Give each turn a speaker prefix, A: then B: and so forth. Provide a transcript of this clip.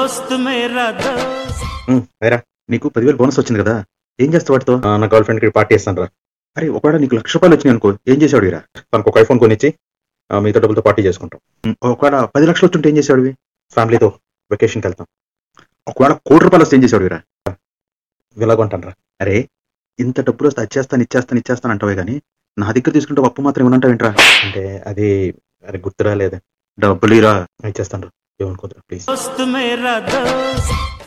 A: दोस्त मेरा दोस्त
B: ఉమ్, వైరా నీకు పదివేలు బోనస్ వచ్చింది కదా ఏం చేస్తావు వాటితో "ఆ, నా గర్ల్ ఫ్రెండ్కి పార్టీ చేస్తాను రా అరే ఒకవేళ నీకు లక్ష రూపాయలు వచ్చినాయి అనుకో ఏం చేసాడు ఇరా తనకు ఒక ఐఫోన్ కొనిచ్చి ఆ, మిగతా డబ్బులతో పార్టీ చేసుకుంటాం ఉమ్, ఒకవేళ పది లక్షలు వచ్చుంటే ఏం చేసాడు ఫ్యామిలీతో వెకేషన్కి వెళ్తాం ఒకవేళ కోటి రూపాయలు వస్తే ఏం చేసాడు ఇరా విలాగొంటాను రా అరే ఇంత డబ్బులు వస్తే అచ్చేస్తాను ఇచ్చేస్తాను ఇచ్చేస్తాను అంటావే కానీ నా దగ్గర తీసుకుంటే ఒక అప్పు మాత్రం ఏమన్నా ఏంట్రా అంటే అది అరే గుర్తురా లేదా డబ్బులు ఇరా ఇచ్చేస్తాను రా ఏమనుకోద్రా ప్లీజ్
A: दोस्त मेरा दोस्त